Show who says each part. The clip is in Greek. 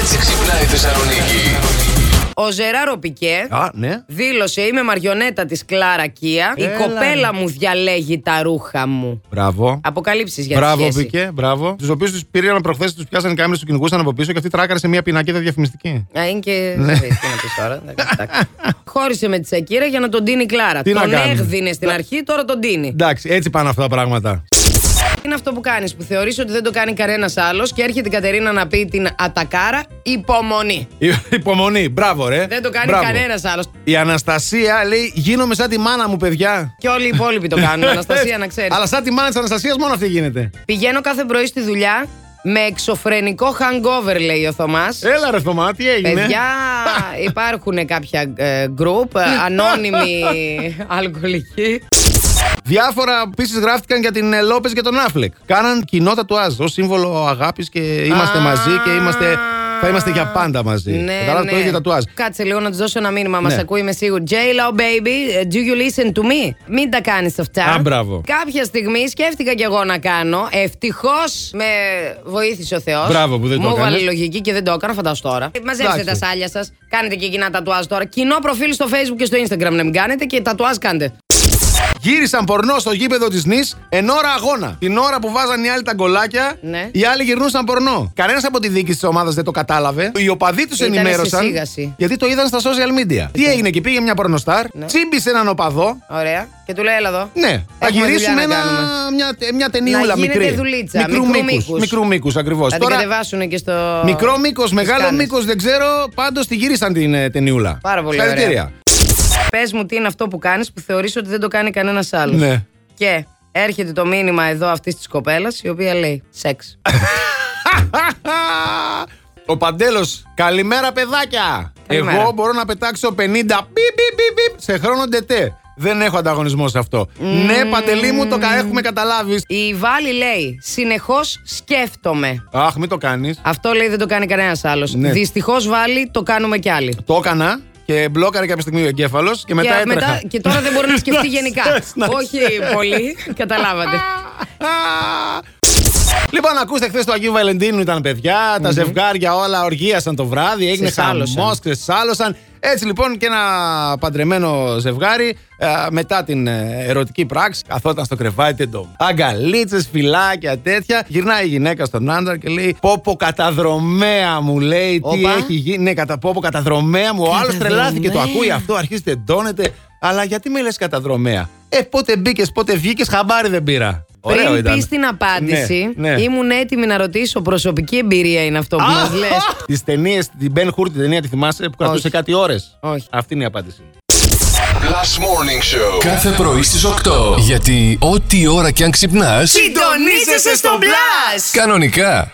Speaker 1: έτσι ξυπνάει η Θεσσαλονίκη.
Speaker 2: Ο Ζεράρο Πικέ
Speaker 3: Α, ναι.
Speaker 2: δήλωσε είμαι μαριονέτα της Κλάρα Κία. Η
Speaker 3: Έλα, ναι.
Speaker 2: κοπέλα μου διαλέγει τα ρούχα μου.
Speaker 3: Μπράβο.
Speaker 2: Αποκαλύψεις για τη
Speaker 3: Μπράβο,
Speaker 2: σχέση.
Speaker 3: Πικέ, μπράβο. Τους οποίους τους πήραν προχθές, τους πιάσαν οι κάμερες, τους κυνηγούσαν από πίσω και αυτή τράκαρε σε μια πινακίδα διαφημιστική.
Speaker 2: Α, είναι και. Ναι. Τι να πεις τώρα. εντάξει, εντάξει. Χώρισε με τη Σακύρα για να τον τίνει η Κλάρα.
Speaker 3: Τι να
Speaker 2: τον
Speaker 3: κάνουμε. Ναι.
Speaker 2: έγδινε στην αρχή, τώρα τον τίνει.
Speaker 3: Εντάξει, έτσι πάνε αυτά τα πράγματα.
Speaker 2: Είναι αυτό που κάνεις, που θεωρείς ότι δεν το κάνει κανένας άλλος και έρχεται η Κατερίνα να πει την Ατακάρα υπομονή.
Speaker 3: Υπομονή, μπράβο, ρε.
Speaker 2: Δεν το κάνει
Speaker 3: Μπράβο.
Speaker 2: κανένας άλλος.
Speaker 3: Η Αναστασία λέει: Γίνομαι σαν τη μάνα μου, παιδιά.
Speaker 2: Και όλοι οι υπόλοιποι το κάνουν. Αναστασία, να ξέρεις.
Speaker 3: Αλλά σαν τη μάνα της Αναστασίας μόνο αυτή γίνεται.
Speaker 2: Πηγαίνω κάθε πρωί στη δουλειά με εξωφρενικό hangover, λέει ο Θωμάς.
Speaker 3: Έλα, ρε Θωμά, τι έγινε.
Speaker 2: Παιδιά, υπάρχουν κάποια ε,
Speaker 3: Λοιπόν.
Speaker 2: group, ε, ανώνυμοι αλκοολικοί.
Speaker 3: Διάφορα επίσης γράφτηκαν για την Λόπες και τον Άφλεκ. Κάναν κοινό τατουάζ ω σύμβολο αγάπης και είμαστε
Speaker 2: Α,
Speaker 3: μαζί και είμαστε, θα είμαστε για πάντα μαζί.
Speaker 2: Ναι,
Speaker 3: Κατάλαβα
Speaker 2: ναι.
Speaker 3: το ίδιο τατουάζ.
Speaker 2: Κάτσε λίγο να τους δώσω ένα μήνυμα. Μας
Speaker 3: Ναι.
Speaker 2: ακούει, είμαι σίγουρη. J-Lo, baby, do you listen to me? Μην τα κάνεις αυτά.
Speaker 3: Α, μπράβο.
Speaker 2: Κάποια στιγμή σκέφτηκα κι εγώ να κάνω. Ευτυχώς με βοήθησε ο Θεός.
Speaker 3: Μπράβο που δεν το
Speaker 2: Μου
Speaker 3: έκανες.
Speaker 2: βάλε λογική και δεν το έκανα, φαντάζω τώρα. Μαζέψτε
Speaker 3: Εντάξει.
Speaker 2: τα σάλια σας. Κάνετε και κοινά τατουάζ τώρα. Κοινό προφίλ στο Facebook και στο Instagram να μην κάνετε και τατουάζ κάντε.
Speaker 3: Γύρισαν πορνό στο γήπεδο της Νης εν ώρα αγώνα. Την ώρα που βάζαν οι άλλοι τα γκολάκια,
Speaker 2: Ναι.
Speaker 3: οι άλλοι γυρνούσαν πορνό. Κανένας από τη δίκη της ομάδας δεν το κατάλαβε. Οι οπαδοί τους
Speaker 2: Ήτανε σε
Speaker 3: ενημέρωσαν.
Speaker 2: σίγαση. Ναι.
Speaker 3: Γιατί το είδαν στα social media. Τι έγινε εκεί, πήγε μια πορνοστάρ, τσίμπησε έναν οπαδό.
Speaker 2: Ωραία. Και του λέει, έλα εδώ.
Speaker 3: Ναι, θα
Speaker 2: Έχουμε
Speaker 3: γυρίσουμε
Speaker 2: δουλειά να
Speaker 3: ένα,
Speaker 2: κάνουμε.
Speaker 3: μια, μια ταινιούλα
Speaker 2: Να γίνεται
Speaker 3: μικρή.
Speaker 2: δουλίτσα,
Speaker 3: Μικρού
Speaker 2: μικρού
Speaker 3: μήκους,
Speaker 2: μήκους.
Speaker 3: Μικρού μήκους ακριβώς.
Speaker 2: Θα την κατεβάσουν και στο.
Speaker 3: Μικρό μήκος,
Speaker 2: στις
Speaker 3: μεγάλο
Speaker 2: κάνες.
Speaker 3: μήκος, δεν ξέρω. Πάντως τη γύρισαν την ε, ταινιούλα.
Speaker 2: Πάρα πολύ
Speaker 3: Συγχαρητήρια.
Speaker 2: Πες μου τι είναι αυτό που κάνεις που θεωρείς ότι δεν το κάνει κανένας άλλος.
Speaker 3: Ναι.
Speaker 2: Και έρχεται το μήνυμα εδώ αυτής της κοπέλας η οποία λέει σεξ.
Speaker 3: Ο Παντέλος, καλημέρα παιδάκια.
Speaker 2: Καλημέρα.
Speaker 3: Εγώ μπορώ να πετάξω 50 πιπ, πιπ, πιπ, πιπ, σε χρόνο ντετέ. Δεν έχω ανταγωνισμό σε αυτό. Ναι, Παντελή μου, το κα- έχουμε καταλάβει.
Speaker 2: Η Βάλη λέει συνεχώς σκέφτομαι.
Speaker 3: Αχ, μην το κάνεις.
Speaker 2: Αυτό λέει δεν το κάνει κανένας άλλος.
Speaker 3: Ναι.
Speaker 2: Δυστυχώς Βάλη το κάνουμε κι άλλοι.
Speaker 3: Το έκανα και μπλόκαρε κάποια στιγμή ο εγκέφαλος και μετά
Speaker 2: και,
Speaker 3: έτρεχα.
Speaker 2: και τώρα δεν μπορεί να σκεφτεί γενικά.
Speaker 3: στες, να
Speaker 2: Όχι πολύ, καταλάβατε.
Speaker 3: Λοιπόν, ακούστε, χθες το Αγίου Βαλεντίνου ήταν παιδιά, τα ζευγάρια όλα οργίασαν το βράδυ, έγινε
Speaker 2: Ξεσάλωσαν.
Speaker 3: χαμός, ξεσάλωσαν. Έτσι λοιπόν και ένα παντρεμένο ζευγάρι ε, μετά την ε, ερωτική πράξη καθόταν στο κρεβάτι το αγκαλίτσες, φυλάκια, τέτοια. Γυρνάει η γυναίκα στον άντρα και λέει «Πόπο καταδρομέα μου» λέει «Τι
Speaker 2: Όπα.
Speaker 3: έχει γίνει, ναι κατά πόπο καταδρομέα μου». Ο άλλος
Speaker 2: Καταδρομέα.
Speaker 3: τρελάθηκε, το ακούει αυτό, αρχίζει τεντώνεται. Αλλά γιατί με λες καταδρομέα. Ε, πότε μπήκες, πότε βγήκες, χαμπάρι δεν πήρα. Ωραίο
Speaker 2: Πριν
Speaker 3: ήταν.
Speaker 2: πεις την απάντηση,
Speaker 3: Ναι, ναι.
Speaker 2: ήμουν έτοιμη να ρωτήσω προσωπική εμπειρία είναι αυτό που
Speaker 3: Α!
Speaker 2: μα λες.
Speaker 3: Τις ταινίες, την Ben Hur, την ταινία τη θυμάσαι που κρατούσε
Speaker 2: Όχι.
Speaker 3: κάτι ώρες.
Speaker 2: Όχι.
Speaker 3: Αυτή είναι η απάντηση.
Speaker 1: Last Morning Show.
Speaker 4: Κάθε πρωί στις 8. Γιατί ό,τι ώρα κι αν ξυπνάς,
Speaker 2: Συντονίζεσαι στο μπλα!
Speaker 4: κανονικά.